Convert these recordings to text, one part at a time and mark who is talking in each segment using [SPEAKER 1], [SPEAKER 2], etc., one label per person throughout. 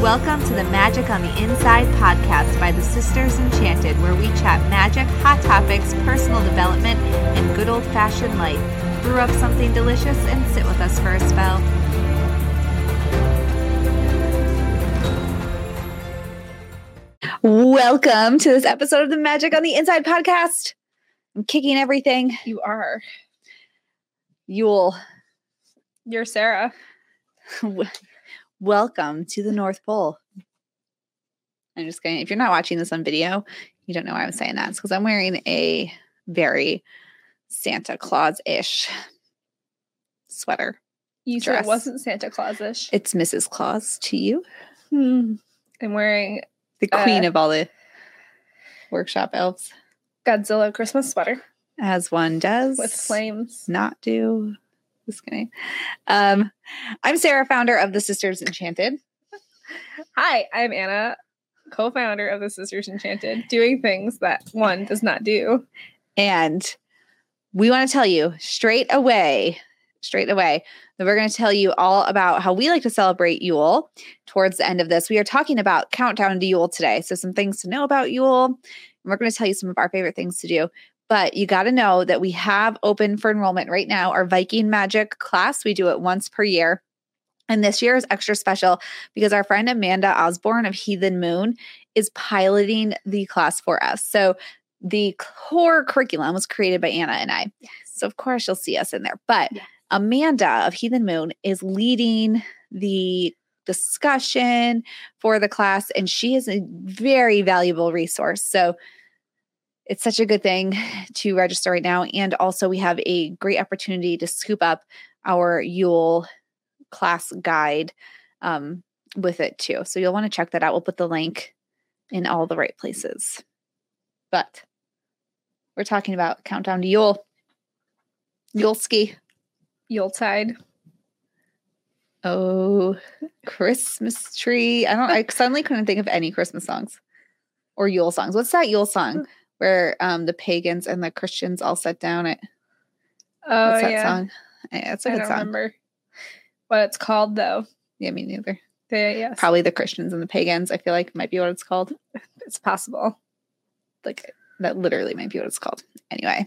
[SPEAKER 1] Welcome to the Magic on the Inside podcast by the Sisters Enchanted, where we chat magic, hot topics, personal development, and good old fashioned life. Brew up something delicious and sit with us for a spell. Welcome to this episode of the Magic on the Inside podcast. I'm kicking everything.
[SPEAKER 2] You are.
[SPEAKER 1] Yule.
[SPEAKER 2] You're Sarah.
[SPEAKER 1] Welcome to the North Pole. I'm just going to, if you're not watching this on video, you don't know why I'm saying that. It's because I'm wearing a very Santa Claus ish sweater.
[SPEAKER 2] You said
[SPEAKER 1] Dress.
[SPEAKER 2] it wasn't Santa Claus-ish.
[SPEAKER 1] It's Mrs. Claus to you,
[SPEAKER 2] Hmm. I'm wearing
[SPEAKER 1] the queen
[SPEAKER 2] Uh.
[SPEAKER 1] of all the workshop elves,
[SPEAKER 2] Godzilla Christmas sweater
[SPEAKER 1] as one does.
[SPEAKER 2] with flames.
[SPEAKER 1] Not do. Just kidding. Um, I'm Sarah, founder of the Sisters Enchanted.
[SPEAKER 2] Hi, I'm Anna, co-founder of the Sisters Enchanted, doing things that one does not do.
[SPEAKER 1] And we want to tell you straight away, straight away, that we're going to tell you all about how we like to celebrate Yule towards the end of this. We are talking about Countdown to Yule today. So, some things to know about Yule. And we're going to tell you some of our favorite things to do. But you got to know that we have open for enrollment right now our Viking Magic class. We do it once per year. And this year is extra special because our friend Amanda Osborne of Heathen Moon is piloting the class for us. So, the core curriculum was created by Anna and I. So of course you'll see us in there. But
[SPEAKER 2] Yes.
[SPEAKER 1] Amanda of Heathen Moon is leading the discussion for the class and she is a very valuable resource. So it's such a good thing to register right now and also we have a great opportunity to scoop up our Yule class guide um, with it too. So you'll want to check that out. We'll put the link in all the right places but we're talking about countdown to Yule. Yule ski.
[SPEAKER 2] Yuletide.
[SPEAKER 1] Oh, Christmas tree. I don't. I suddenly couldn't think of any Christmas songs or Yule songs. What's that Yule
[SPEAKER 2] Mm.
[SPEAKER 1] song where um the pagans and the Christians all sat down at?
[SPEAKER 2] Oh
[SPEAKER 1] What's that
[SPEAKER 2] yeah.
[SPEAKER 1] song? Yeah, it's a
[SPEAKER 2] I
[SPEAKER 1] good
[SPEAKER 2] don't
[SPEAKER 1] song.
[SPEAKER 2] remember what it's called though.
[SPEAKER 1] Yeah, me neither.
[SPEAKER 2] The, yes,
[SPEAKER 1] Probably the Christians and the pagans. I feel like might be what it's called.
[SPEAKER 2] it's possible.
[SPEAKER 1] Like that literally might be what it's called. Anyway,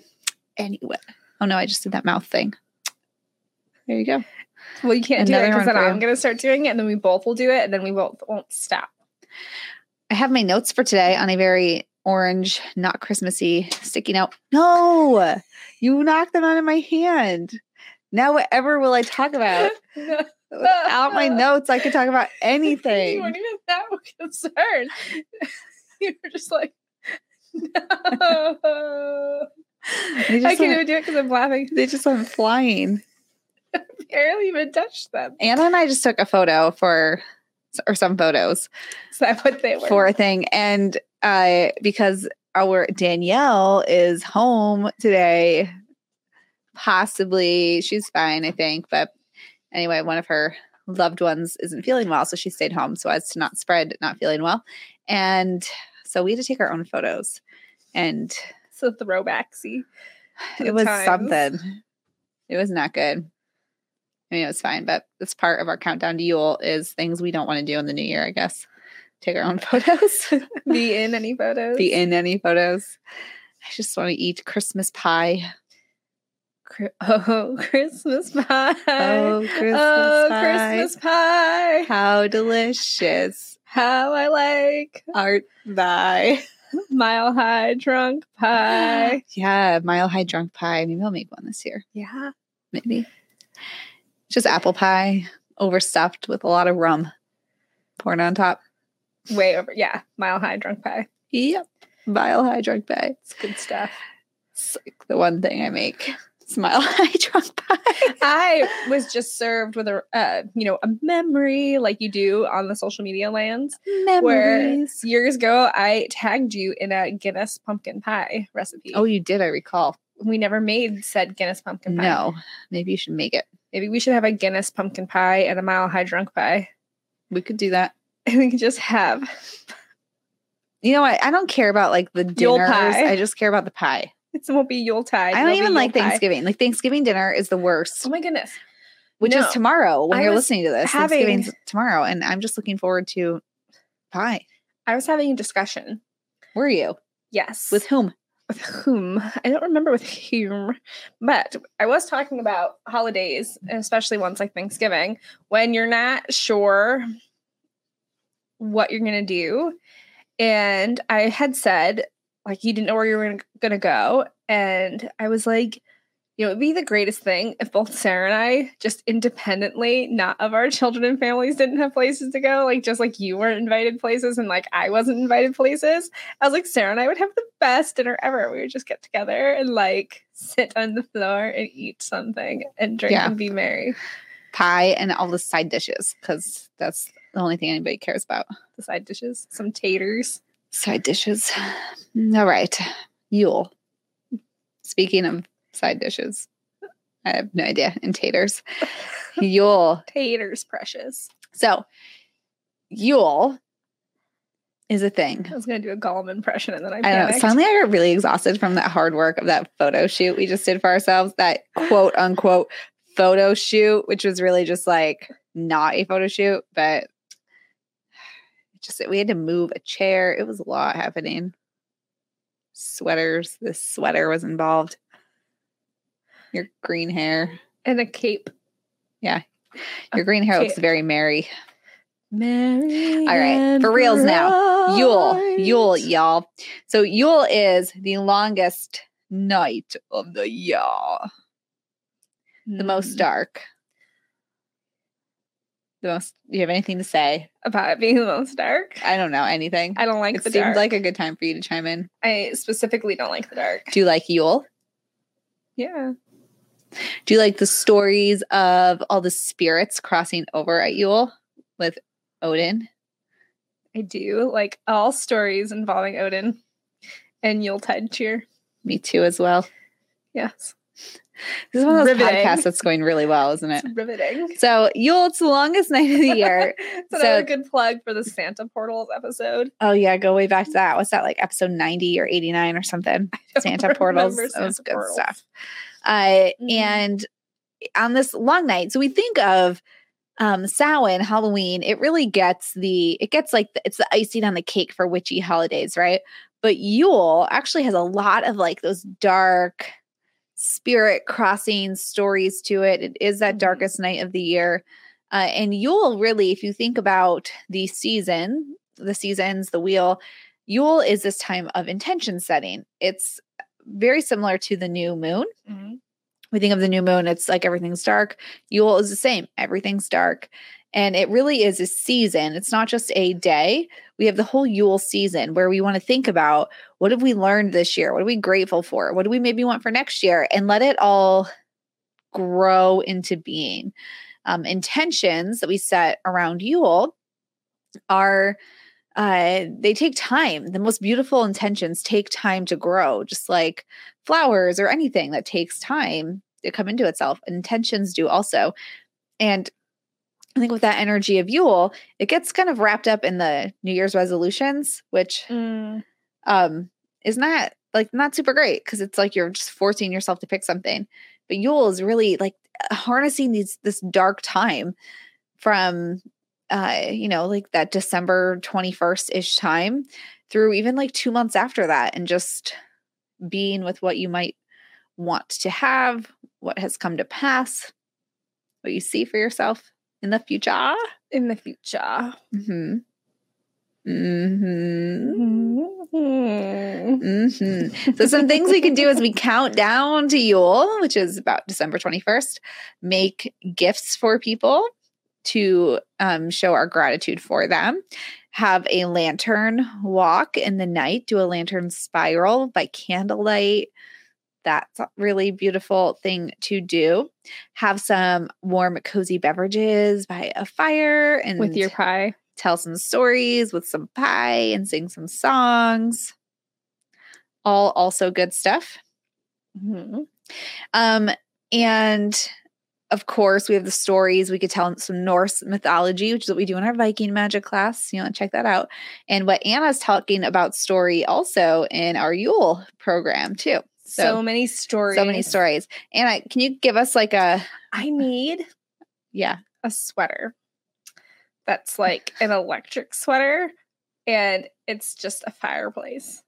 [SPEAKER 1] anyway. Oh no, I just did that mouth thing. There you go.
[SPEAKER 2] Well, you can't do it
[SPEAKER 1] Another
[SPEAKER 2] because
[SPEAKER 1] one
[SPEAKER 2] then
[SPEAKER 1] for you.
[SPEAKER 2] I'm gonna start doing it, and then we both will do it, and then we both won't stop.
[SPEAKER 1] I have my notes for today on a very orange, not Christmassy sticky note. No, you knocked them out of my hand. Now, whatever will I talk about? Without my notes, I could talk about
[SPEAKER 2] You
[SPEAKER 1] anything.
[SPEAKER 2] weren't even that concerned. you were just like, no.
[SPEAKER 1] They
[SPEAKER 2] I
[SPEAKER 1] just,
[SPEAKER 2] can't
[SPEAKER 1] went,
[SPEAKER 2] even do it because I'm laughing.
[SPEAKER 1] they just went flying.
[SPEAKER 2] Barely even touched them.
[SPEAKER 1] Anna and I just took a photo for, or some photos
[SPEAKER 2] Is that what they were?
[SPEAKER 1] for a thing. And uh, because our Danielle is home today, possibly she's fine, I think. But anyway, one of her loved ones isn't feeling well. So she stayed home so as to not spread not feeling well. And so we had to take our own photos. And
[SPEAKER 2] It's a throwback. See,
[SPEAKER 1] it
[SPEAKER 2] Good
[SPEAKER 1] was
[SPEAKER 2] times.
[SPEAKER 1] something. It was not good. I mean, it was fine, but it's part of our countdown to Yule is things we don't want to do in the new year, I guess. Take our own photos.
[SPEAKER 2] be in any photos.
[SPEAKER 1] be in any photos. I just want to eat Christmas pie.
[SPEAKER 2] Cri- Oh, Christmas pie.
[SPEAKER 1] Oh, Christmas
[SPEAKER 2] Oh,
[SPEAKER 1] pie.
[SPEAKER 2] Christmas pie.
[SPEAKER 1] How delicious
[SPEAKER 2] How I like
[SPEAKER 1] art thy.
[SPEAKER 2] mile high drunk pie.
[SPEAKER 1] Yeah, mile high drunk pie. Maybe I'll make one this year.
[SPEAKER 2] Yeah.
[SPEAKER 1] Maybe. Just apple pie overstuffed with a lot of rum poured on top.
[SPEAKER 2] Way over. Yeah. Mile high drunk pie.
[SPEAKER 1] Yep. Mile high drunk pie.
[SPEAKER 2] It's good stuff.
[SPEAKER 1] It's like the one thing I make. Smile high drunk pie.
[SPEAKER 2] I was just served with a uh, you know a memory like you do on the social media lands.
[SPEAKER 1] Memories.
[SPEAKER 2] Years ago, I tagged you in a Guinness pumpkin pie recipe.
[SPEAKER 1] Oh, you did, I recall.
[SPEAKER 2] we never made said Guinness pumpkin pie.
[SPEAKER 1] No. Maybe you should make it.
[SPEAKER 2] maybe we should have a Guinness pumpkin pie and a mile high drunk pie,
[SPEAKER 1] We could do that.
[SPEAKER 2] and we can just have
[SPEAKER 1] You know what? I don't care about like the dinners.
[SPEAKER 2] Yule pie.
[SPEAKER 1] I just care about the pie.
[SPEAKER 2] it won't be Yuletide.
[SPEAKER 1] I don't
[SPEAKER 2] it'll be
[SPEAKER 1] even like
[SPEAKER 2] Yule pie.
[SPEAKER 1] Thanksgiving. Like Thanksgiving dinner is the
[SPEAKER 2] Oh
[SPEAKER 1] worst.
[SPEAKER 2] my goodness.
[SPEAKER 1] which is
[SPEAKER 2] No.
[SPEAKER 1] tomorrow when
[SPEAKER 2] I
[SPEAKER 1] you're
[SPEAKER 2] was
[SPEAKER 1] listening to this.
[SPEAKER 2] having-
[SPEAKER 1] Thanksgiving's tomorrow, and I'm just looking forward to pie.
[SPEAKER 2] I was having a discussion.
[SPEAKER 1] Were you
[SPEAKER 2] Yes.
[SPEAKER 1] with whom?
[SPEAKER 2] with whom I don't remember with whom, but I was talking about holidays, and especially ones like Thanksgiving, when you're not sure what you're gonna do. And I had said, like, you didn't know where you were gonna- gonna go. And I was like, you know, it'd be the greatest thing if both Sarah and I, just independently, not of our children and families, didn't have places to go. Like, just like you weren't invited places and like I wasn't invited places. I was like, Sarah and I would have the best dinner ever. We would just get together and like sit on the floor and eat something and drink
[SPEAKER 1] Yeah.
[SPEAKER 2] and be merry.
[SPEAKER 1] Pie and all the side dishes because that's the only thing anybody cares about.
[SPEAKER 2] The side dishes, some taters.
[SPEAKER 1] Side dishes. All right, Yule. Speaking of side dishes, I have no idea. And taters, Yule.
[SPEAKER 2] Taters, precious.
[SPEAKER 1] So, Yule is a thing.
[SPEAKER 2] I was gonna do a Gollum impression and then I
[SPEAKER 1] I don't
[SPEAKER 2] panicked.
[SPEAKER 1] know. Suddenly, I got really exhausted from that hard work of that photo shoot we just did for ourselves. That quote unquote photo shoot, which was really just like not a photo shoot, but just we had to move a chair. It was a lot happening. Sweaters. This sweater was involved. Your green hair.
[SPEAKER 2] and a cape.
[SPEAKER 1] Your green hair looks
[SPEAKER 2] Okay.
[SPEAKER 1] very merry.
[SPEAKER 2] Merry
[SPEAKER 1] All right, for reals now. Yule, Yule, y'all. So Yule is the longest night of the year, the
[SPEAKER 2] Hmm.
[SPEAKER 1] most dark. The most. Do you have anything to say?
[SPEAKER 2] about it being the most dark.
[SPEAKER 1] I don't know anything.
[SPEAKER 2] I don't like
[SPEAKER 1] it
[SPEAKER 2] the
[SPEAKER 1] seems
[SPEAKER 2] dark.
[SPEAKER 1] like a good time for you to chime in.
[SPEAKER 2] I specifically don't like the dark.
[SPEAKER 1] Do you like Yule?
[SPEAKER 2] Yeah.
[SPEAKER 1] Do you like the stories of all the spirits crossing over at Yule with Odin?
[SPEAKER 2] I do like all stories involving Odin and Yuletide cheer.
[SPEAKER 1] Me too, as well.
[SPEAKER 2] Yes.
[SPEAKER 1] This is one of those
[SPEAKER 2] Riveting.
[SPEAKER 1] podcasts that's going really well, isn't it?
[SPEAKER 2] It's riveting.
[SPEAKER 1] So Yule, it's the longest night of the year.
[SPEAKER 2] it's another
[SPEAKER 1] So-
[SPEAKER 2] good plug for the Santa Portals episode.
[SPEAKER 1] Oh yeah, go way back to that. What's that like episode 90 or 89 or something? Santa portals.
[SPEAKER 2] remember
[SPEAKER 1] That was
[SPEAKER 2] Santa
[SPEAKER 1] good
[SPEAKER 2] Portals.
[SPEAKER 1] stuff. Uh
[SPEAKER 2] Mhm.
[SPEAKER 1] and on this long night, so we think of um Samhain, Halloween, it really gets the it gets like the, it's the icing on the cake for witchy holidays, right? But Yule actually has a lot of like those dark spirit crossing stories to it. It is that
[SPEAKER 2] Mhm.
[SPEAKER 1] darkest night of the year. Uh, and Yule, really, if you think about the season, the seasons, the wheel, Yule is this time of intention setting. It's very similar to the new moon.
[SPEAKER 2] Mhm.
[SPEAKER 1] We think of the new moon, it's like everything's dark. Yule is the same, everything's dark. And it really is a season. It's not just a day. We have the whole Yule season where we want to think about what have we learned this year? What are we grateful for? What do we maybe want for next year? And let it all grow into being. Um, intentions that we set around Yule are uh, they take time. The most beautiful intentions take time to grow, just like flowers or anything that takes time to come into itself. Intentions do also. And I think with that energy of Yule, it gets kind of wrapped up in the New Year's resolutions, which
[SPEAKER 2] Mm.
[SPEAKER 1] um is not like not super great because it's like you're just forcing yourself to pick something but yule is really like harnessing these this dark time from uh you know like that december 21st ish time through even like two months after that and just being with what you might want to have what has come to pass what you see for yourself in the future
[SPEAKER 2] In the future.
[SPEAKER 1] hmm hmm
[SPEAKER 2] Mhm.
[SPEAKER 1] hmm So, some things we can do is we count down to Yule, which is about December 21st, make gifts for people to um, show our gratitude for them, have a lantern walk in the night, do a lantern spiral by candlelight. That's a really beautiful thing to do. Have some warm, cozy beverages by a fire and
[SPEAKER 2] With your pie.
[SPEAKER 1] tell some stories with some pie and sing some songs. All also good stuff. Mm-hmm.
[SPEAKER 2] Mhm.
[SPEAKER 1] Um, and of course, we have the stories. We could tell some Norse mythology, which is what we do in our Viking magic class. You know, check that out. And what Anna's talking about story also in our Yule program too.
[SPEAKER 2] So,
[SPEAKER 1] So,
[SPEAKER 2] many stories.
[SPEAKER 1] so many stories. Anna, can you give us like a
[SPEAKER 2] I need
[SPEAKER 1] Yeah.
[SPEAKER 2] a sweater that's like an electric sweater and it's just a fireplace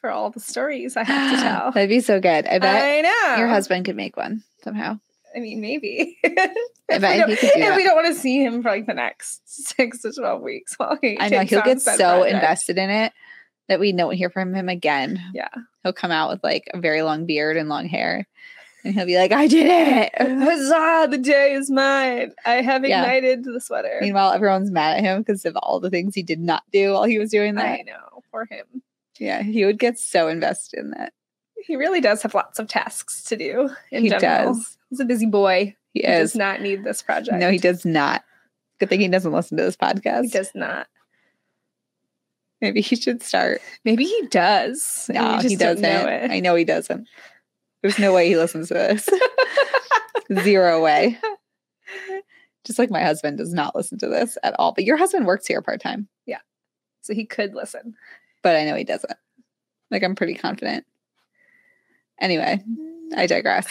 [SPEAKER 2] for all the stories I have to tell.
[SPEAKER 1] That'd be so good. I bet
[SPEAKER 2] I know.
[SPEAKER 1] your husband could make one somehow.
[SPEAKER 2] I mean, maybe. if
[SPEAKER 1] bet
[SPEAKER 2] we
[SPEAKER 1] he
[SPEAKER 2] don't,
[SPEAKER 1] could do
[SPEAKER 2] if
[SPEAKER 1] that.
[SPEAKER 2] we don't want to see him for like the next six to 12 weeks while he
[SPEAKER 1] I know
[SPEAKER 2] takes
[SPEAKER 1] he'll
[SPEAKER 2] on
[SPEAKER 1] get so
[SPEAKER 2] said project.
[SPEAKER 1] invested in it that we don't hear from him again.
[SPEAKER 2] Yeah.
[SPEAKER 1] He'll come out with like a very long beard and long hair. And he'll be like, I did it.
[SPEAKER 2] Huzzah, the day is mine. I have
[SPEAKER 1] Yeah.
[SPEAKER 2] ignited the sweater.
[SPEAKER 1] Meanwhile, everyone's mad at him because of all the things he did not do while he was doing that.
[SPEAKER 2] I know, for him.
[SPEAKER 1] Yeah, he would get so invested in that.
[SPEAKER 2] He really does have lots of tasks to do in
[SPEAKER 1] He
[SPEAKER 2] general.
[SPEAKER 1] does.
[SPEAKER 2] He's a busy boy.
[SPEAKER 1] He
[SPEAKER 2] He does
[SPEAKER 1] is.
[SPEAKER 2] not need this project.
[SPEAKER 1] No, he does not. Good thing he doesn't listen to this podcast.
[SPEAKER 2] He does not.
[SPEAKER 1] Maybe he should start.
[SPEAKER 2] Maybe he does. and
[SPEAKER 1] No, he
[SPEAKER 2] we just don't
[SPEAKER 1] doesn't.
[SPEAKER 2] know it.
[SPEAKER 1] I know he doesn't. There's no way he listens to this. Zero way. Just like my husband does not listen to this at all. But your husband works here part time,
[SPEAKER 2] So he could listen.
[SPEAKER 1] but I know he doesn't. Like I'm pretty confident. Anyway, I digress.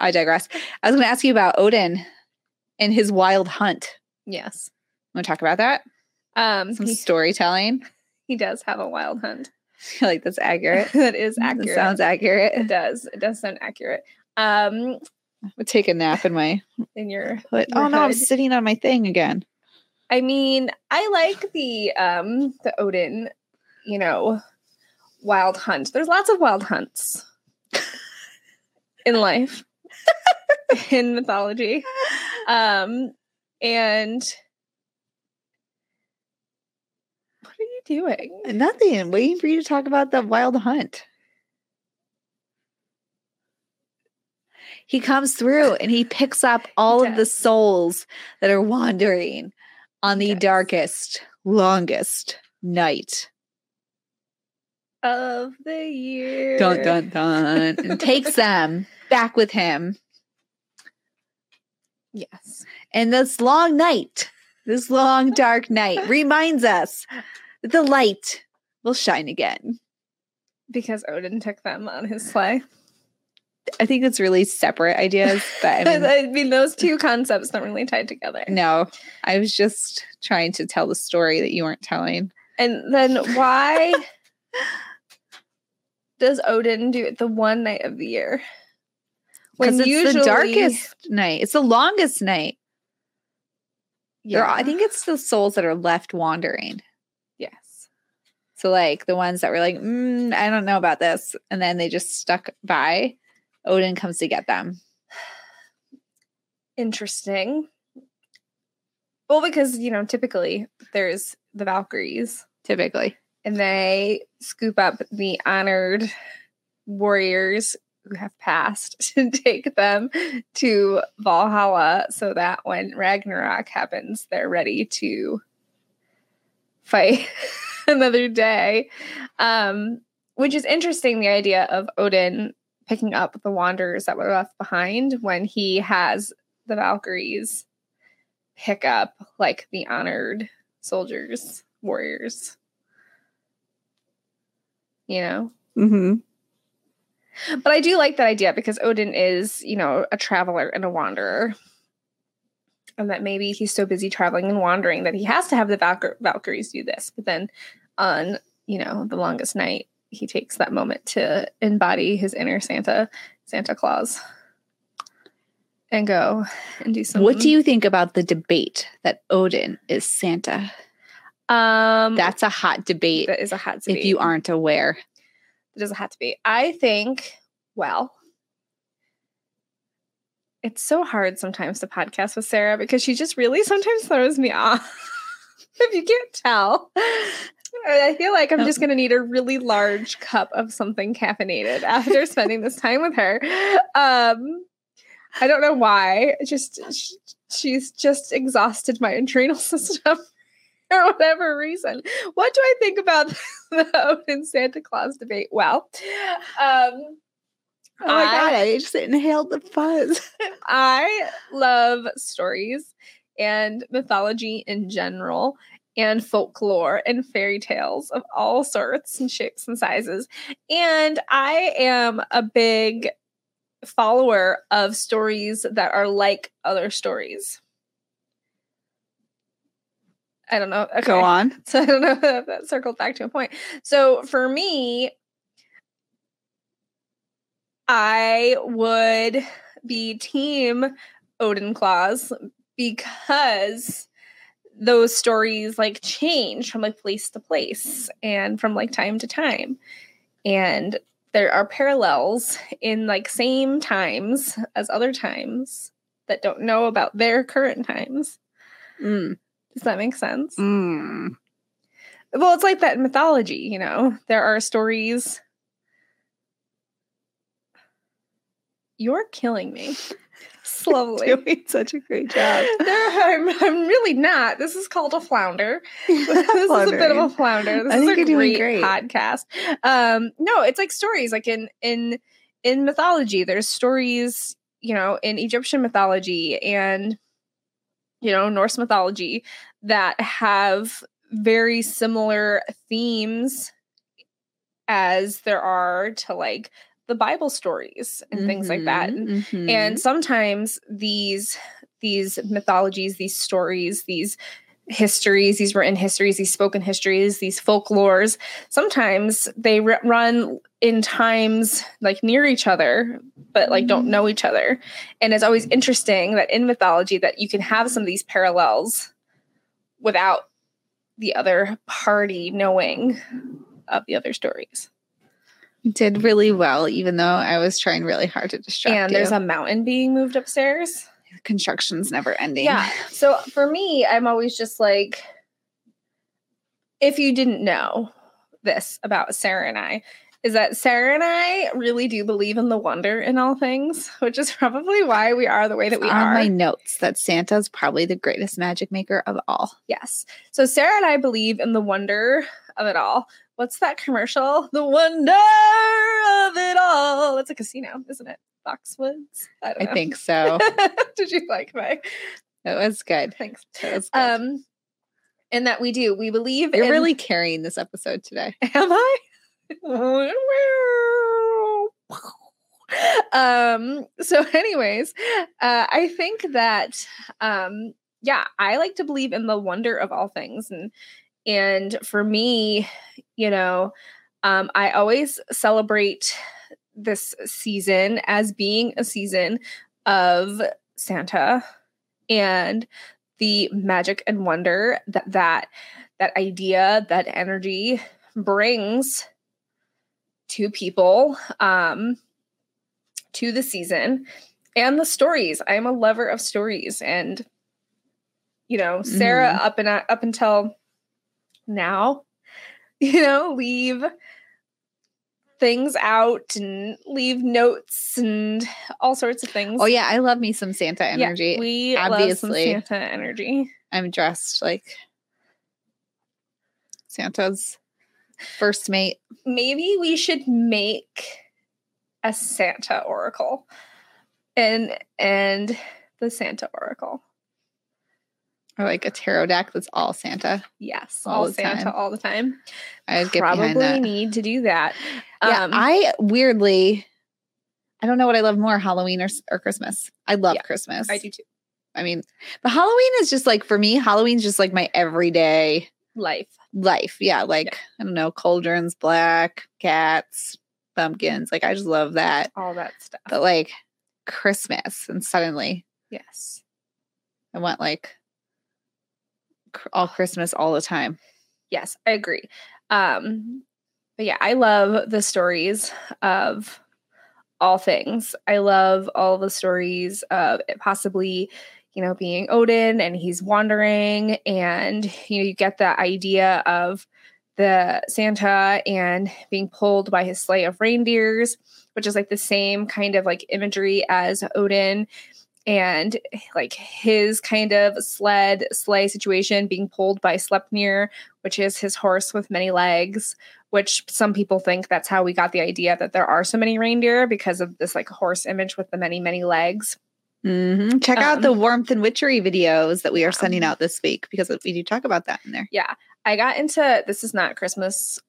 [SPEAKER 1] I digress. I was going to ask you about Odin and his wild hunt.
[SPEAKER 2] Yes.
[SPEAKER 1] Want to talk about that?
[SPEAKER 2] Um,
[SPEAKER 1] Some
[SPEAKER 2] he,
[SPEAKER 1] storytelling.
[SPEAKER 2] he does have a wild hunt.
[SPEAKER 1] I feel like that's accurate.
[SPEAKER 2] that is
[SPEAKER 1] That
[SPEAKER 2] accurate.
[SPEAKER 1] sounds accurate.
[SPEAKER 2] it does. It does sound accurate. Um,
[SPEAKER 1] I would take a nap in my
[SPEAKER 2] in your
[SPEAKER 1] foot.
[SPEAKER 2] Your
[SPEAKER 1] Oh no, I'm
[SPEAKER 2] hood.
[SPEAKER 1] sitting on my thing again.
[SPEAKER 2] I mean, I like the um the Odin, you know, wild hunt. There's lots of wild hunts in life, in mythology, um, and what are you doing?
[SPEAKER 1] Nothing. I'm waiting for you to talk about the wild hunt. He comes through and he picks up all of the
[SPEAKER 2] does.
[SPEAKER 1] souls that are wandering on
[SPEAKER 2] He
[SPEAKER 1] the
[SPEAKER 2] does.
[SPEAKER 1] darkest, longest night.
[SPEAKER 2] Of the year,
[SPEAKER 1] Dun dun dun. and takes them back with him.
[SPEAKER 2] Yes,
[SPEAKER 1] And this long night, this long dark night reminds us that the light will shine again.
[SPEAKER 2] because Odin took them on his sleigh.
[SPEAKER 1] I think it's really separate ideas, but I mean,
[SPEAKER 2] I mean, those two concepts don't really tie together.
[SPEAKER 1] No, I was just trying to tell the story that you weren't telling.
[SPEAKER 2] And then why does Odin do it the one night of the year?
[SPEAKER 1] Because it's the darkest night. It's the longest night. There are- I
[SPEAKER 2] Yeah.
[SPEAKER 1] think it's the souls that are left wandering.
[SPEAKER 2] Yes.
[SPEAKER 1] So like the ones that were like, mm, I don't know about this, and then they just stuck by. Odin comes to get them.
[SPEAKER 2] Interesting. Well, because you know, typically there's the Valkyries,
[SPEAKER 1] Typically,
[SPEAKER 2] and they scoop up the honored warriors who have passed to take them to Valhalla so that when Ragnarok happens, they're ready to fight another day. Um, which is interesting the idea of Odin picking up the wanderers that were left behind when he has the Valkyries pick up like the honored soldiers, warriors. You know?
[SPEAKER 1] mm-hmm.
[SPEAKER 2] But I do like that idea because Odin is, you know, a traveler and a wanderer. And that maybe he's so busy traveling and wandering that he has to have the Valky- Valkyries do this. But then on, you know, the longest night, he takes that moment to embody his inner Santa, Santa Claus, and go and do some.
[SPEAKER 1] what do you think about the debate that Odin is Santa?
[SPEAKER 2] Um,
[SPEAKER 1] That's a hot Mm. debate.
[SPEAKER 2] that is a hot
[SPEAKER 1] If you aren't aware,
[SPEAKER 2] It doesn't have to be. I think, well, it's so hard sometimes to podcast with Sarah because she just really sometimes throws me off. if you can't tell, I feel like I'm just going to need a really large cup of something caffeinated after spending this time with her. Um, I don't know why. It Just sh- she's just exhausted my adrenal system for whatever reason. What do I think about the Odin Santa Claus debate? Well, um,
[SPEAKER 1] oh my
[SPEAKER 2] I-
[SPEAKER 1] god, I just inhaled the fuzz.
[SPEAKER 2] I love stories and mythology in general, and folklore and fairy tales of all sorts and shapes and sizes. And I am a big follower of stories that are like other stories. I don't know. Okay.
[SPEAKER 1] Go on.
[SPEAKER 2] So I don't know if that circled back to a point. So for me, I would be team Odin Claws because those stories like change from like place to place and from like time to time. And there are parallels in like same times as other times that don't know about their current times.
[SPEAKER 1] Mm.
[SPEAKER 2] Does that make sense?
[SPEAKER 1] Mm.
[SPEAKER 2] Well, it's like that in mythology, you know. There are stories. You're killing me. Slowly.
[SPEAKER 1] Doing such a great job.
[SPEAKER 2] there, I'm, I'm really not. This is called a flounder. this is a bit of a flounder. This
[SPEAKER 1] I
[SPEAKER 2] is
[SPEAKER 1] think
[SPEAKER 2] a
[SPEAKER 1] you're doing
[SPEAKER 2] great,
[SPEAKER 1] great.
[SPEAKER 2] podcast. Um, no, it's like stories, like in in in mythology. There's stories, you know, in Egyptian mythology and you know Norse mythology that have very similar themes as there are to like the Bible stories and things like that. And
[SPEAKER 1] Mhm, mhm.
[SPEAKER 2] and sometimes these these mythologies these stories these histories these written histories these spoken histories these folklores sometimes they r- run in times like near each other but like don't know each other and it's always interesting that in mythology that you can have some of these parallels without the other party knowing of the other stories
[SPEAKER 1] You did really well, even though I was trying really hard to distract
[SPEAKER 2] and
[SPEAKER 1] you.
[SPEAKER 2] there's a mountain being moved upstairs
[SPEAKER 1] construction's never ending.
[SPEAKER 2] Yeah. So for me, I'm always just like, if you didn't know this about Sarah and I, is that Sarah and I really do believe in the wonder in all things, which is probably why we are the way that we
[SPEAKER 1] on
[SPEAKER 2] are.
[SPEAKER 1] my notes that Santa's probably the greatest magic maker of all.
[SPEAKER 2] yes. So Sarah and I believe in the wonder of it all. What's that commercial? The wonder of it all. That's a casino, isn't it? Foxwoods. I don't
[SPEAKER 1] I
[SPEAKER 2] know.
[SPEAKER 1] think so.
[SPEAKER 2] Did you like my
[SPEAKER 1] It was good.
[SPEAKER 2] thanks?
[SPEAKER 1] It was good.
[SPEAKER 2] Um, and that we do. We believe
[SPEAKER 1] You're
[SPEAKER 2] in
[SPEAKER 1] really carrying this episode today.
[SPEAKER 2] Am I? um so anyways uh i think that um yeah i like to believe in the wonder of all things and and for me you know um i always celebrate this season as being a season of santa and the magic and wonder that that that idea that energy brings to people um to the season and the stories i am a lover of stories and you know sarah up and up until now you know leave things out and leave notes and all sorts of things
[SPEAKER 1] Oh yeah, I love me some Santa
[SPEAKER 2] Yeah,
[SPEAKER 1] energy.
[SPEAKER 2] we
[SPEAKER 1] obviously.
[SPEAKER 2] love some santa energy
[SPEAKER 1] I'm dressed like Santa's first mate.
[SPEAKER 2] maybe we should make a Santa oracle and and the Santa oracle.
[SPEAKER 1] Or like a tarot deck that's all Santa.
[SPEAKER 2] Yes,
[SPEAKER 1] All
[SPEAKER 2] all,
[SPEAKER 1] the
[SPEAKER 2] Santa
[SPEAKER 1] time.
[SPEAKER 2] all the time.
[SPEAKER 1] I'd get
[SPEAKER 2] Probably
[SPEAKER 1] behind that.
[SPEAKER 2] need to do that.
[SPEAKER 1] yeah,
[SPEAKER 2] um,
[SPEAKER 1] I weirdly, I don't know what I love more, Halloween or, s- or Christmas. I love
[SPEAKER 2] Yeah,
[SPEAKER 1] Christmas.
[SPEAKER 2] I do too.
[SPEAKER 1] I mean, but Halloween is just like for me, Halloween's just like my everyday
[SPEAKER 2] Life.
[SPEAKER 1] life. Yeah, like I don't know, cauldrons, black cats, pumpkins. Like I just love that.
[SPEAKER 2] All that stuff.
[SPEAKER 1] But like Christmas, and suddenly
[SPEAKER 2] yes.
[SPEAKER 1] I want like cr- all Christmas all the time.
[SPEAKER 2] Yes, I agree. Um but yeah, I love the stories of all things. I love all the stories of it possibly, you know, being Odin and he's wandering and you know, you get that idea of the Santa and being pulled by his sleigh of reindeers, which is like the same kind of like imagery as Odin and like his kind of sled sleigh situation being pulled by Sleipnir, which is his horse with many legs, which some people think that's how we got the idea that there are so many reindeer because of this like horse image with the many, many legs.
[SPEAKER 1] hmm Check out
[SPEAKER 2] Um,
[SPEAKER 1] the warmth and witchery videos that we
[SPEAKER 2] yeah.
[SPEAKER 1] are sending out this week because we do talk about that in there.
[SPEAKER 2] I got into this is not Christmas,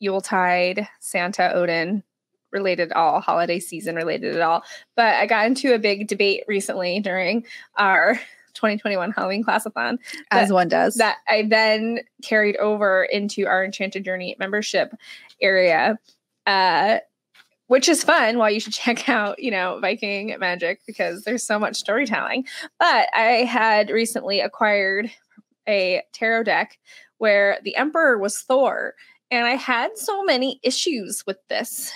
[SPEAKER 2] Yuletide, Santa, Odin related at all, holiday season related at all. But I got into a big debate recently during our 2021 Halloween Classathon
[SPEAKER 1] as one does.
[SPEAKER 2] that I then carried over into our Enchanted Journey membership area, uh, which is fun. While you should check out, you know, Viking Magic because there's so much storytelling. But I had recently acquired a tarot deck where the Emperor was Thor, and I had so many issues with this.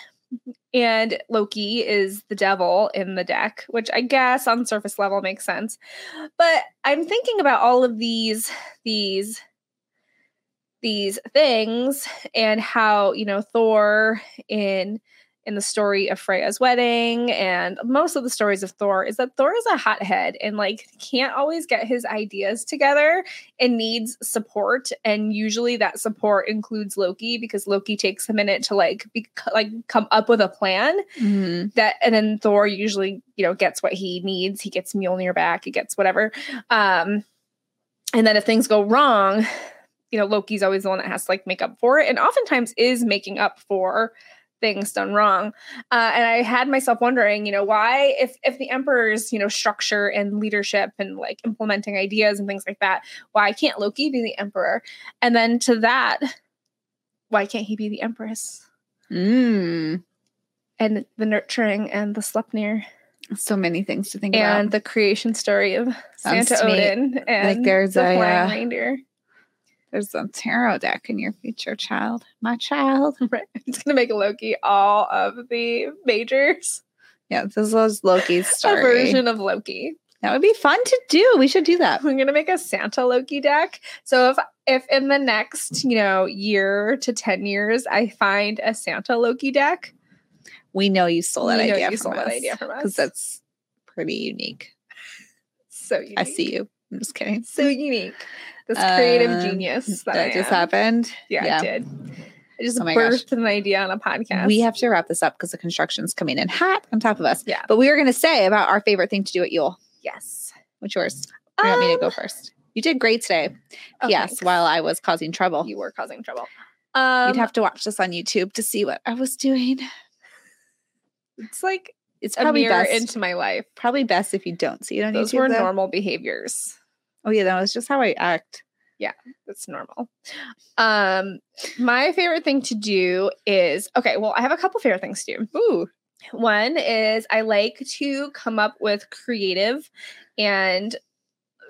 [SPEAKER 2] And Loki is the devil in the deck, which I guess on surface level makes sense. But I'm thinking about all of these these these things and how you know Thor in in the story of Freya's wedding and most of the stories of Thor is that Thor is a hothead and like can't always get his ideas together and needs support and usually that support includes Loki because Loki takes a minute to like be, like come up with a plan
[SPEAKER 1] Mhm.
[SPEAKER 2] that and then Thor usually, you know, gets what he needs. He gets Mjolnir back, he gets whatever. Um and then if things go wrong, you know, Loki's always the one that has to like make up for it and oftentimes is making up for things done wrong. Uh, and I had myself wondering, you know, why if if the emperor's, you know, structure and leadership and like implementing ideas and things like that, why can't Loki be the emperor? And then to that, why can't he be the empress?
[SPEAKER 1] Mm.
[SPEAKER 2] And the nurturing and the Slepnir
[SPEAKER 1] So many things to think
[SPEAKER 2] and
[SPEAKER 1] about.
[SPEAKER 2] the creation story of
[SPEAKER 1] Sounds
[SPEAKER 2] Santa
[SPEAKER 1] to me
[SPEAKER 2] Odin and
[SPEAKER 1] there's
[SPEAKER 2] the
[SPEAKER 1] a,
[SPEAKER 2] flying
[SPEAKER 1] uh,
[SPEAKER 2] reindeer.
[SPEAKER 1] There's a tarot deck in your future, child. My child.
[SPEAKER 2] Right. It's gonna make Loki all of the majors
[SPEAKER 1] Yeah, this was Loki's
[SPEAKER 2] a
[SPEAKER 1] story.
[SPEAKER 2] version of Loki.
[SPEAKER 1] That would be fun to do. We should do that.
[SPEAKER 2] I'm gonna make a Santa Loki deck. So if if in the next you know year to ten years I find a Santa Loki deck,
[SPEAKER 1] We know you stole that
[SPEAKER 2] you know
[SPEAKER 1] idea. from
[SPEAKER 2] you stole that
[SPEAKER 1] us,
[SPEAKER 2] idea from us
[SPEAKER 1] because that's pretty unique.
[SPEAKER 2] so unique.
[SPEAKER 1] I see you. I'm just kidding.
[SPEAKER 2] So unique. This creative
[SPEAKER 1] Um,
[SPEAKER 2] genius that, I
[SPEAKER 1] just
[SPEAKER 2] am.
[SPEAKER 1] happened.
[SPEAKER 2] Yeah,
[SPEAKER 1] yeah.
[SPEAKER 2] I did. I just
[SPEAKER 1] Oh my gosh.
[SPEAKER 2] birthed an idea on a podcast.
[SPEAKER 1] We have to wrap this up because the construction's coming in hot on top of us.
[SPEAKER 2] Yeah.
[SPEAKER 1] But we were going to say about our favorite thing to do at Yule.
[SPEAKER 2] yes. Um,
[SPEAKER 1] Which yours? You want me to go first? You did great today.
[SPEAKER 2] Oh,
[SPEAKER 1] yes,
[SPEAKER 2] thanks.
[SPEAKER 1] while I was causing trouble.
[SPEAKER 2] you were causing trouble. Um,
[SPEAKER 1] Oh. You'd have to watch this on YouTube to see what I was doing.
[SPEAKER 2] it's like
[SPEAKER 1] It's
[SPEAKER 2] a
[SPEAKER 1] probably
[SPEAKER 2] mirror
[SPEAKER 1] best.
[SPEAKER 2] into my life.
[SPEAKER 1] probably best if you don't see it on
[SPEAKER 2] Those
[SPEAKER 1] YouTube.
[SPEAKER 2] were
[SPEAKER 1] though.
[SPEAKER 2] normal behaviors.
[SPEAKER 1] Oh yeah, that was just how I act.
[SPEAKER 2] That's normal. Um, my favorite thing to do is okay. Well, I have a couple favorite things to do.
[SPEAKER 1] Ooh,
[SPEAKER 2] One is I like to come up with creative and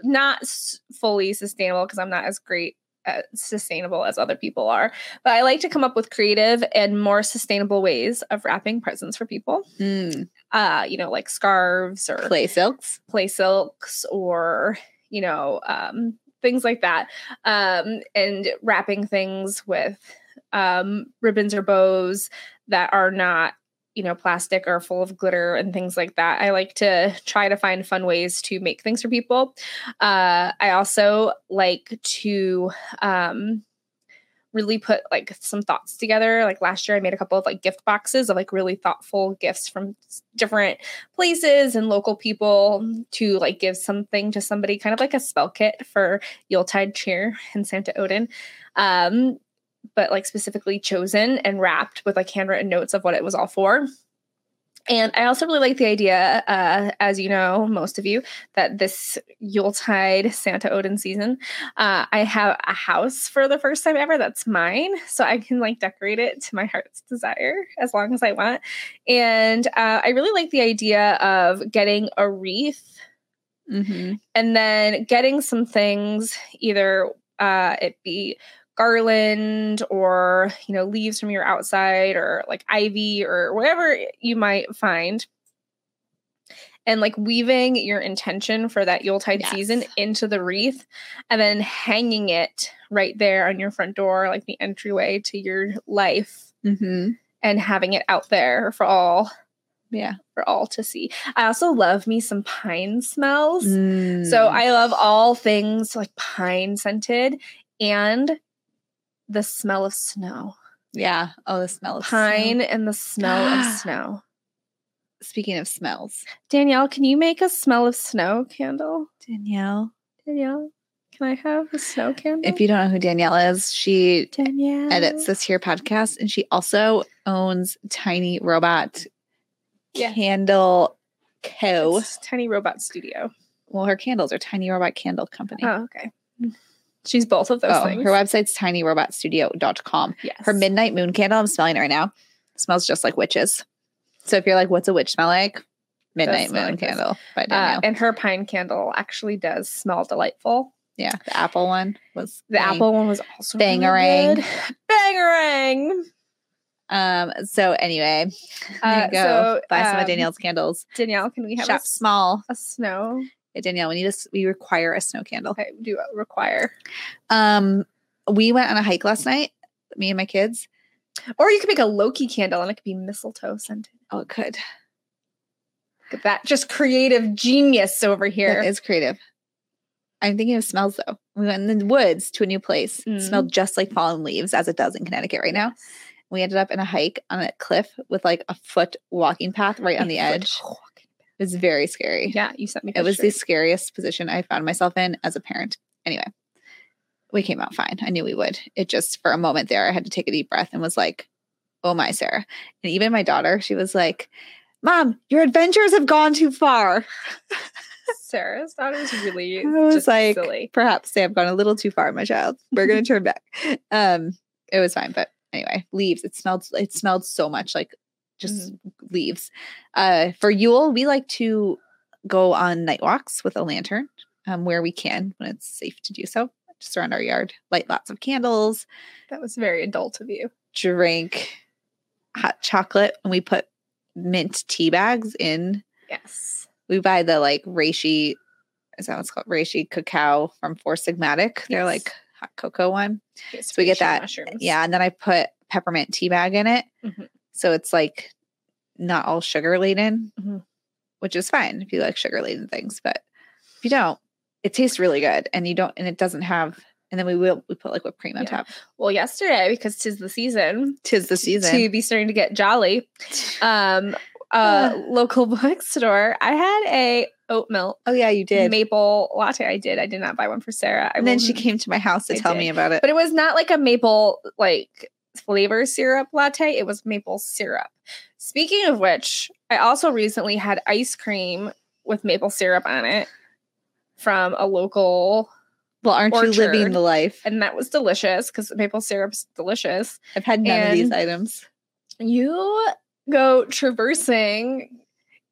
[SPEAKER 2] not s- fully sustainable because I'm not as great at sustainable as other people are. But I like to come up with creative and more sustainable ways of wrapping presents for people.
[SPEAKER 1] mm.
[SPEAKER 2] Uh, you know, like scarves or
[SPEAKER 1] clay silks.
[SPEAKER 2] play silks or you know um, things like that um, and wrapping things with um, ribbons or bows that are not you know plastic or full of glitter and things like that i like to try to find fun ways to make things for people uh, i also like to um, really put like some thoughts together like last year i made a couple of like gift boxes of like really thoughtful gifts from s- different places and local people to like give something to somebody, kind of like a spell kit for Yuletide cheer and Santa Odin. Um, but like specifically chosen and wrapped with like handwritten notes of what it was all for. And I also really like the idea, uh, as you know, most of you, that this Yuletide Santa Odin season, uh, I have a house for the first time ever that's mine. So I can like decorate it to my heart's desire as long as I want. And uh, I really like the idea of getting a wreath
[SPEAKER 1] Mm-hmm.
[SPEAKER 2] and then getting some things, either uh, it be garland or you know leaves from your outside or like ivy or whatever you might find and like weaving your intention for that yuletide
[SPEAKER 1] Yes.
[SPEAKER 2] season into the wreath and then hanging it right there on your front door like the entryway to your life
[SPEAKER 1] Mm-hmm.
[SPEAKER 2] and having it out there for all
[SPEAKER 1] Yeah.
[SPEAKER 2] for all to see. I also love me some pine smells.
[SPEAKER 1] Mm.
[SPEAKER 2] So
[SPEAKER 1] So
[SPEAKER 2] I love all things like pine scented and the smell of snow.
[SPEAKER 1] yeah. Oh, the smell of snow.
[SPEAKER 2] Pine and the smell of snow.
[SPEAKER 1] Speaking of smells,
[SPEAKER 2] Danielle, can you make a smell of snow candle?
[SPEAKER 1] Danielle.
[SPEAKER 2] Danielle, can I have a snow candle?
[SPEAKER 1] If you don't know who Danielle is, she
[SPEAKER 2] Danielle
[SPEAKER 1] edits this here podcast, and she also owns Tiny Robot
[SPEAKER 2] Yeah.
[SPEAKER 1] Candle Co.
[SPEAKER 2] It's Tiny Robot Studio.
[SPEAKER 1] Well, her candles are Tiny Robot Candle Company.
[SPEAKER 2] Oh, okay. She's both of those
[SPEAKER 1] oh,
[SPEAKER 2] things.
[SPEAKER 1] her website's tinyrobotstudio.com.
[SPEAKER 2] yes.
[SPEAKER 1] Her midnight moon candle, I'm smelling it right now, smells just like witches. So if you're like, what's a witch smell like? Midnight
[SPEAKER 2] smell
[SPEAKER 1] moon
[SPEAKER 2] like this.
[SPEAKER 1] candle by
[SPEAKER 2] uh,
[SPEAKER 1] Danielle.
[SPEAKER 2] and her pine candle actually does smell delightful.
[SPEAKER 1] yeah, the apple one was
[SPEAKER 2] The
[SPEAKER 1] apple.
[SPEAKER 2] apple one was also really
[SPEAKER 1] Bangarang.
[SPEAKER 2] good. Bangarang.
[SPEAKER 1] Um. So anyway,
[SPEAKER 2] Uh,
[SPEAKER 1] there you go
[SPEAKER 2] so,
[SPEAKER 1] buy some
[SPEAKER 2] um,
[SPEAKER 1] of Danielle's candles.
[SPEAKER 2] Danielle, can we have a,
[SPEAKER 1] Shop
[SPEAKER 2] s-
[SPEAKER 1] small.
[SPEAKER 2] a snow?
[SPEAKER 1] Yeah, Danielle, we need a s- we require a snow candle.
[SPEAKER 2] Okay, we do require.
[SPEAKER 1] Um. We went on a hike last night. Me and my kids.
[SPEAKER 2] Or you could make a Loki candle and it could be mistletoe scented.
[SPEAKER 1] Oh, it could.
[SPEAKER 2] Look at that. Just creative genius over here.
[SPEAKER 1] That is creative. I'm thinking of smells though. We went in the woods to a new place. It smelled just like fallen leaves as it does in Connecticut right now. We ended up in a hike on a cliff with like a foot walking path right on the edge. It was very scary.
[SPEAKER 2] Yeah, you sent me.
[SPEAKER 1] It was the
[SPEAKER 2] pictures.
[SPEAKER 1] scariest position I found myself in as a parent. Anyway, we came out fine. I knew we would. It just, for a moment there, I had to take a deep breath and was like, oh my, Sarah. And even my daughter, she was like, Mom, your adventures have gone too far.
[SPEAKER 2] Sarah's daughter is really.
[SPEAKER 1] I was
[SPEAKER 2] just
[SPEAKER 1] like,
[SPEAKER 2] silly.
[SPEAKER 1] perhaps they have gone a little too far, my child. We're going to turn back. Um, it was fine. But anyway, leaves. It smelled, it smelled so much like just
[SPEAKER 2] Mm-hmm.
[SPEAKER 1] leaves. Uh, for Yule, we like to go on night walks with a lantern um, where we can when it's safe to do so. Just around our yard, light lots of candles,
[SPEAKER 2] That was very adult of you.
[SPEAKER 1] drink hot chocolate, and we put mint tea bags in.
[SPEAKER 2] Yes.
[SPEAKER 1] We buy the like reishi, is that what's called? Reishi cacao from Four Sigmatic. They're
[SPEAKER 2] Yes.
[SPEAKER 1] like hot cocoa one.
[SPEAKER 2] Yes,
[SPEAKER 1] So we get
[SPEAKER 2] reishi
[SPEAKER 1] that-
[SPEAKER 2] Mushrooms.
[SPEAKER 1] Yeah, and then I put peppermint tea bag in it,
[SPEAKER 2] Mhm.
[SPEAKER 1] so it's like not all sugar laden,
[SPEAKER 2] Mhm.
[SPEAKER 1] which is fine if you like sugar laden things. But if you don't, it tastes really good, and you don't, and it doesn't have. And then we will we put like whipped cream on
[SPEAKER 2] Yeah.
[SPEAKER 1] top.
[SPEAKER 2] Well, yesterday because tis the season
[SPEAKER 1] Tis the
[SPEAKER 2] to
[SPEAKER 1] season.
[SPEAKER 2] be starting to get jolly. Um,
[SPEAKER 1] Ah.
[SPEAKER 2] uh, local bookstore. I had a oat milk
[SPEAKER 1] oh yeah, you did.
[SPEAKER 2] maple latte. I did. I did not buy one for Sarah. I
[SPEAKER 1] and then
[SPEAKER 2] will
[SPEAKER 1] she came to my house to
[SPEAKER 2] Mm. I
[SPEAKER 1] tell
[SPEAKER 2] did.
[SPEAKER 1] me about it.
[SPEAKER 2] but it was not like a maple like flavor syrup latte it was maple syrup speaking of which i also recently had ice cream with maple syrup on it from a local
[SPEAKER 1] well, aren't you living
[SPEAKER 2] orchard.
[SPEAKER 1] the life?
[SPEAKER 2] and that was delicious because maple syrup's delicious
[SPEAKER 1] I've had none of these
[SPEAKER 2] and-
[SPEAKER 1] items.
[SPEAKER 2] you go traversing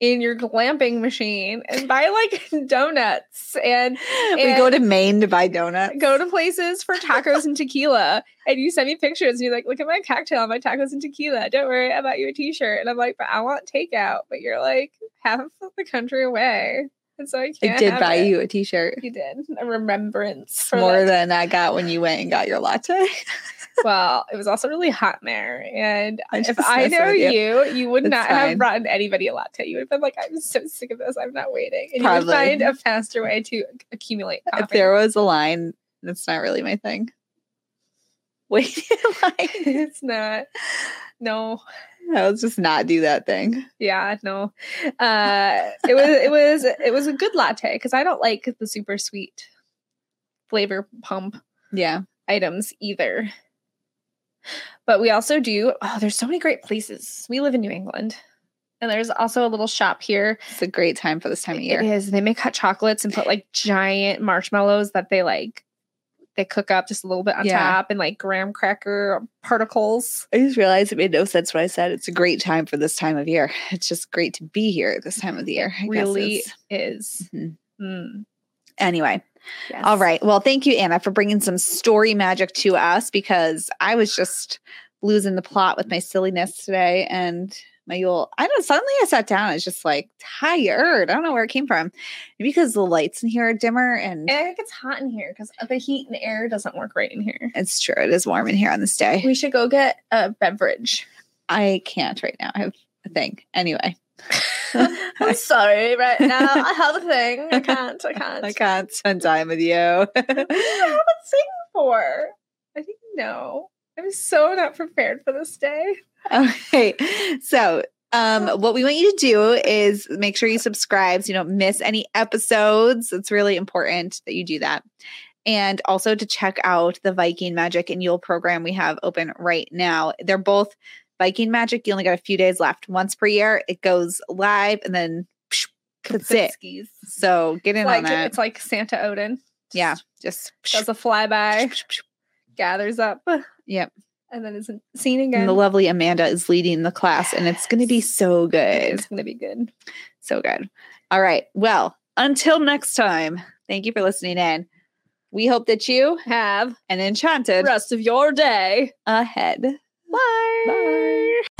[SPEAKER 2] in your glamping machine and buy like donuts and
[SPEAKER 1] we go to Maine to buy donuts.
[SPEAKER 2] go to places for tacos and tequila and you send me pictures and you're like look at my cocktail my tacos and tequila don't worry i bought you a t-shirt and i'm like but i want takeout but you're like half of the country away and so i can't
[SPEAKER 1] I did
[SPEAKER 2] have
[SPEAKER 1] buy
[SPEAKER 2] it.
[SPEAKER 1] you a T-shirt.
[SPEAKER 2] you did a remembrance for
[SPEAKER 1] More
[SPEAKER 2] that.
[SPEAKER 1] than I got when you went and got your latte.
[SPEAKER 2] well it was also really hot in there and
[SPEAKER 1] I'm
[SPEAKER 2] if
[SPEAKER 1] just
[SPEAKER 2] i
[SPEAKER 1] messing
[SPEAKER 2] know
[SPEAKER 1] with you.
[SPEAKER 2] you you would
[SPEAKER 1] It's
[SPEAKER 2] not
[SPEAKER 1] fine.
[SPEAKER 2] have gotten anybody a latte you would have been like i'm so sick of this i'm not waiting and you
[SPEAKER 1] Probably.
[SPEAKER 2] would find a faster way to accumulate
[SPEAKER 1] if
[SPEAKER 2] coffee
[SPEAKER 1] there was a line, that's not really my thing. Wait, like
[SPEAKER 2] it's not no
[SPEAKER 1] I was just not do that thing.
[SPEAKER 2] Yeah, no. Uh it was it was it was a good latte because I don't like the super sweet flavor pump
[SPEAKER 1] Yeah,
[SPEAKER 2] items either. But we also do oh, there's so many great places. We live in New England. And there's also a little shop here.
[SPEAKER 1] it's a great time for this time of
[SPEAKER 2] It
[SPEAKER 1] year.
[SPEAKER 2] is. They make hot chocolates and put like giant marshmallows that they like they cook up just a little bit on
[SPEAKER 1] Yeah.
[SPEAKER 2] top and like graham cracker particles.
[SPEAKER 1] I just realized it made no sense when I said it's a great time for this time of year. It's just great to be here at this time of the year. I guess
[SPEAKER 2] really
[SPEAKER 1] is-
[SPEAKER 2] is.
[SPEAKER 1] Mhm.
[SPEAKER 2] Mm,
[SPEAKER 1] Anyway, all
[SPEAKER 2] yes.
[SPEAKER 1] right. Well, thank you, Anna, for bringing some story magic to us because I was just losing the plot with my silliness today and my Yule. I don't suddenly I sat down. I was just like tired. I don't know where it came from. Maybe because the lights in here are dimmer and
[SPEAKER 2] I think it's hot in here because the heat and air doesn't work right in here.
[SPEAKER 1] it's true. It is warm in here on this day.
[SPEAKER 2] We should go get a beverage.
[SPEAKER 1] I can't right now. I have a thing. Anyway,
[SPEAKER 2] I'm sorry, right now I have a thing. I can't. I can't.
[SPEAKER 1] I can't spend time with you.
[SPEAKER 2] What do I have a thing for? I think no. I'm so not prepared for this day.
[SPEAKER 1] Okay. So, um, what we want you to do is make sure you subscribe so you don't miss any episodes. It's really important that you do that. And also to check out the Viking Magic and Yule program we have open right now. They're both Viking Magic. You only got a few days left once per year. It goes live and then That's it.
[SPEAKER 2] Kaputskis.
[SPEAKER 1] So get in
[SPEAKER 2] like,
[SPEAKER 1] on that.
[SPEAKER 2] It's like Santa Odin.
[SPEAKER 1] Yeah, just
[SPEAKER 2] Does a flyby, gathers up.
[SPEAKER 1] Yep.
[SPEAKER 2] And then isn't seen again.
[SPEAKER 1] and the lovely Amanda is leading the class, and it's going to be so good.
[SPEAKER 2] It's going to be good.
[SPEAKER 1] So good. All right. Well, until next time, thank you for listening in. We hope that you
[SPEAKER 2] Have
[SPEAKER 1] and
[SPEAKER 2] the
[SPEAKER 1] enchanted
[SPEAKER 2] rest of your day.
[SPEAKER 1] ahead.
[SPEAKER 2] Bye.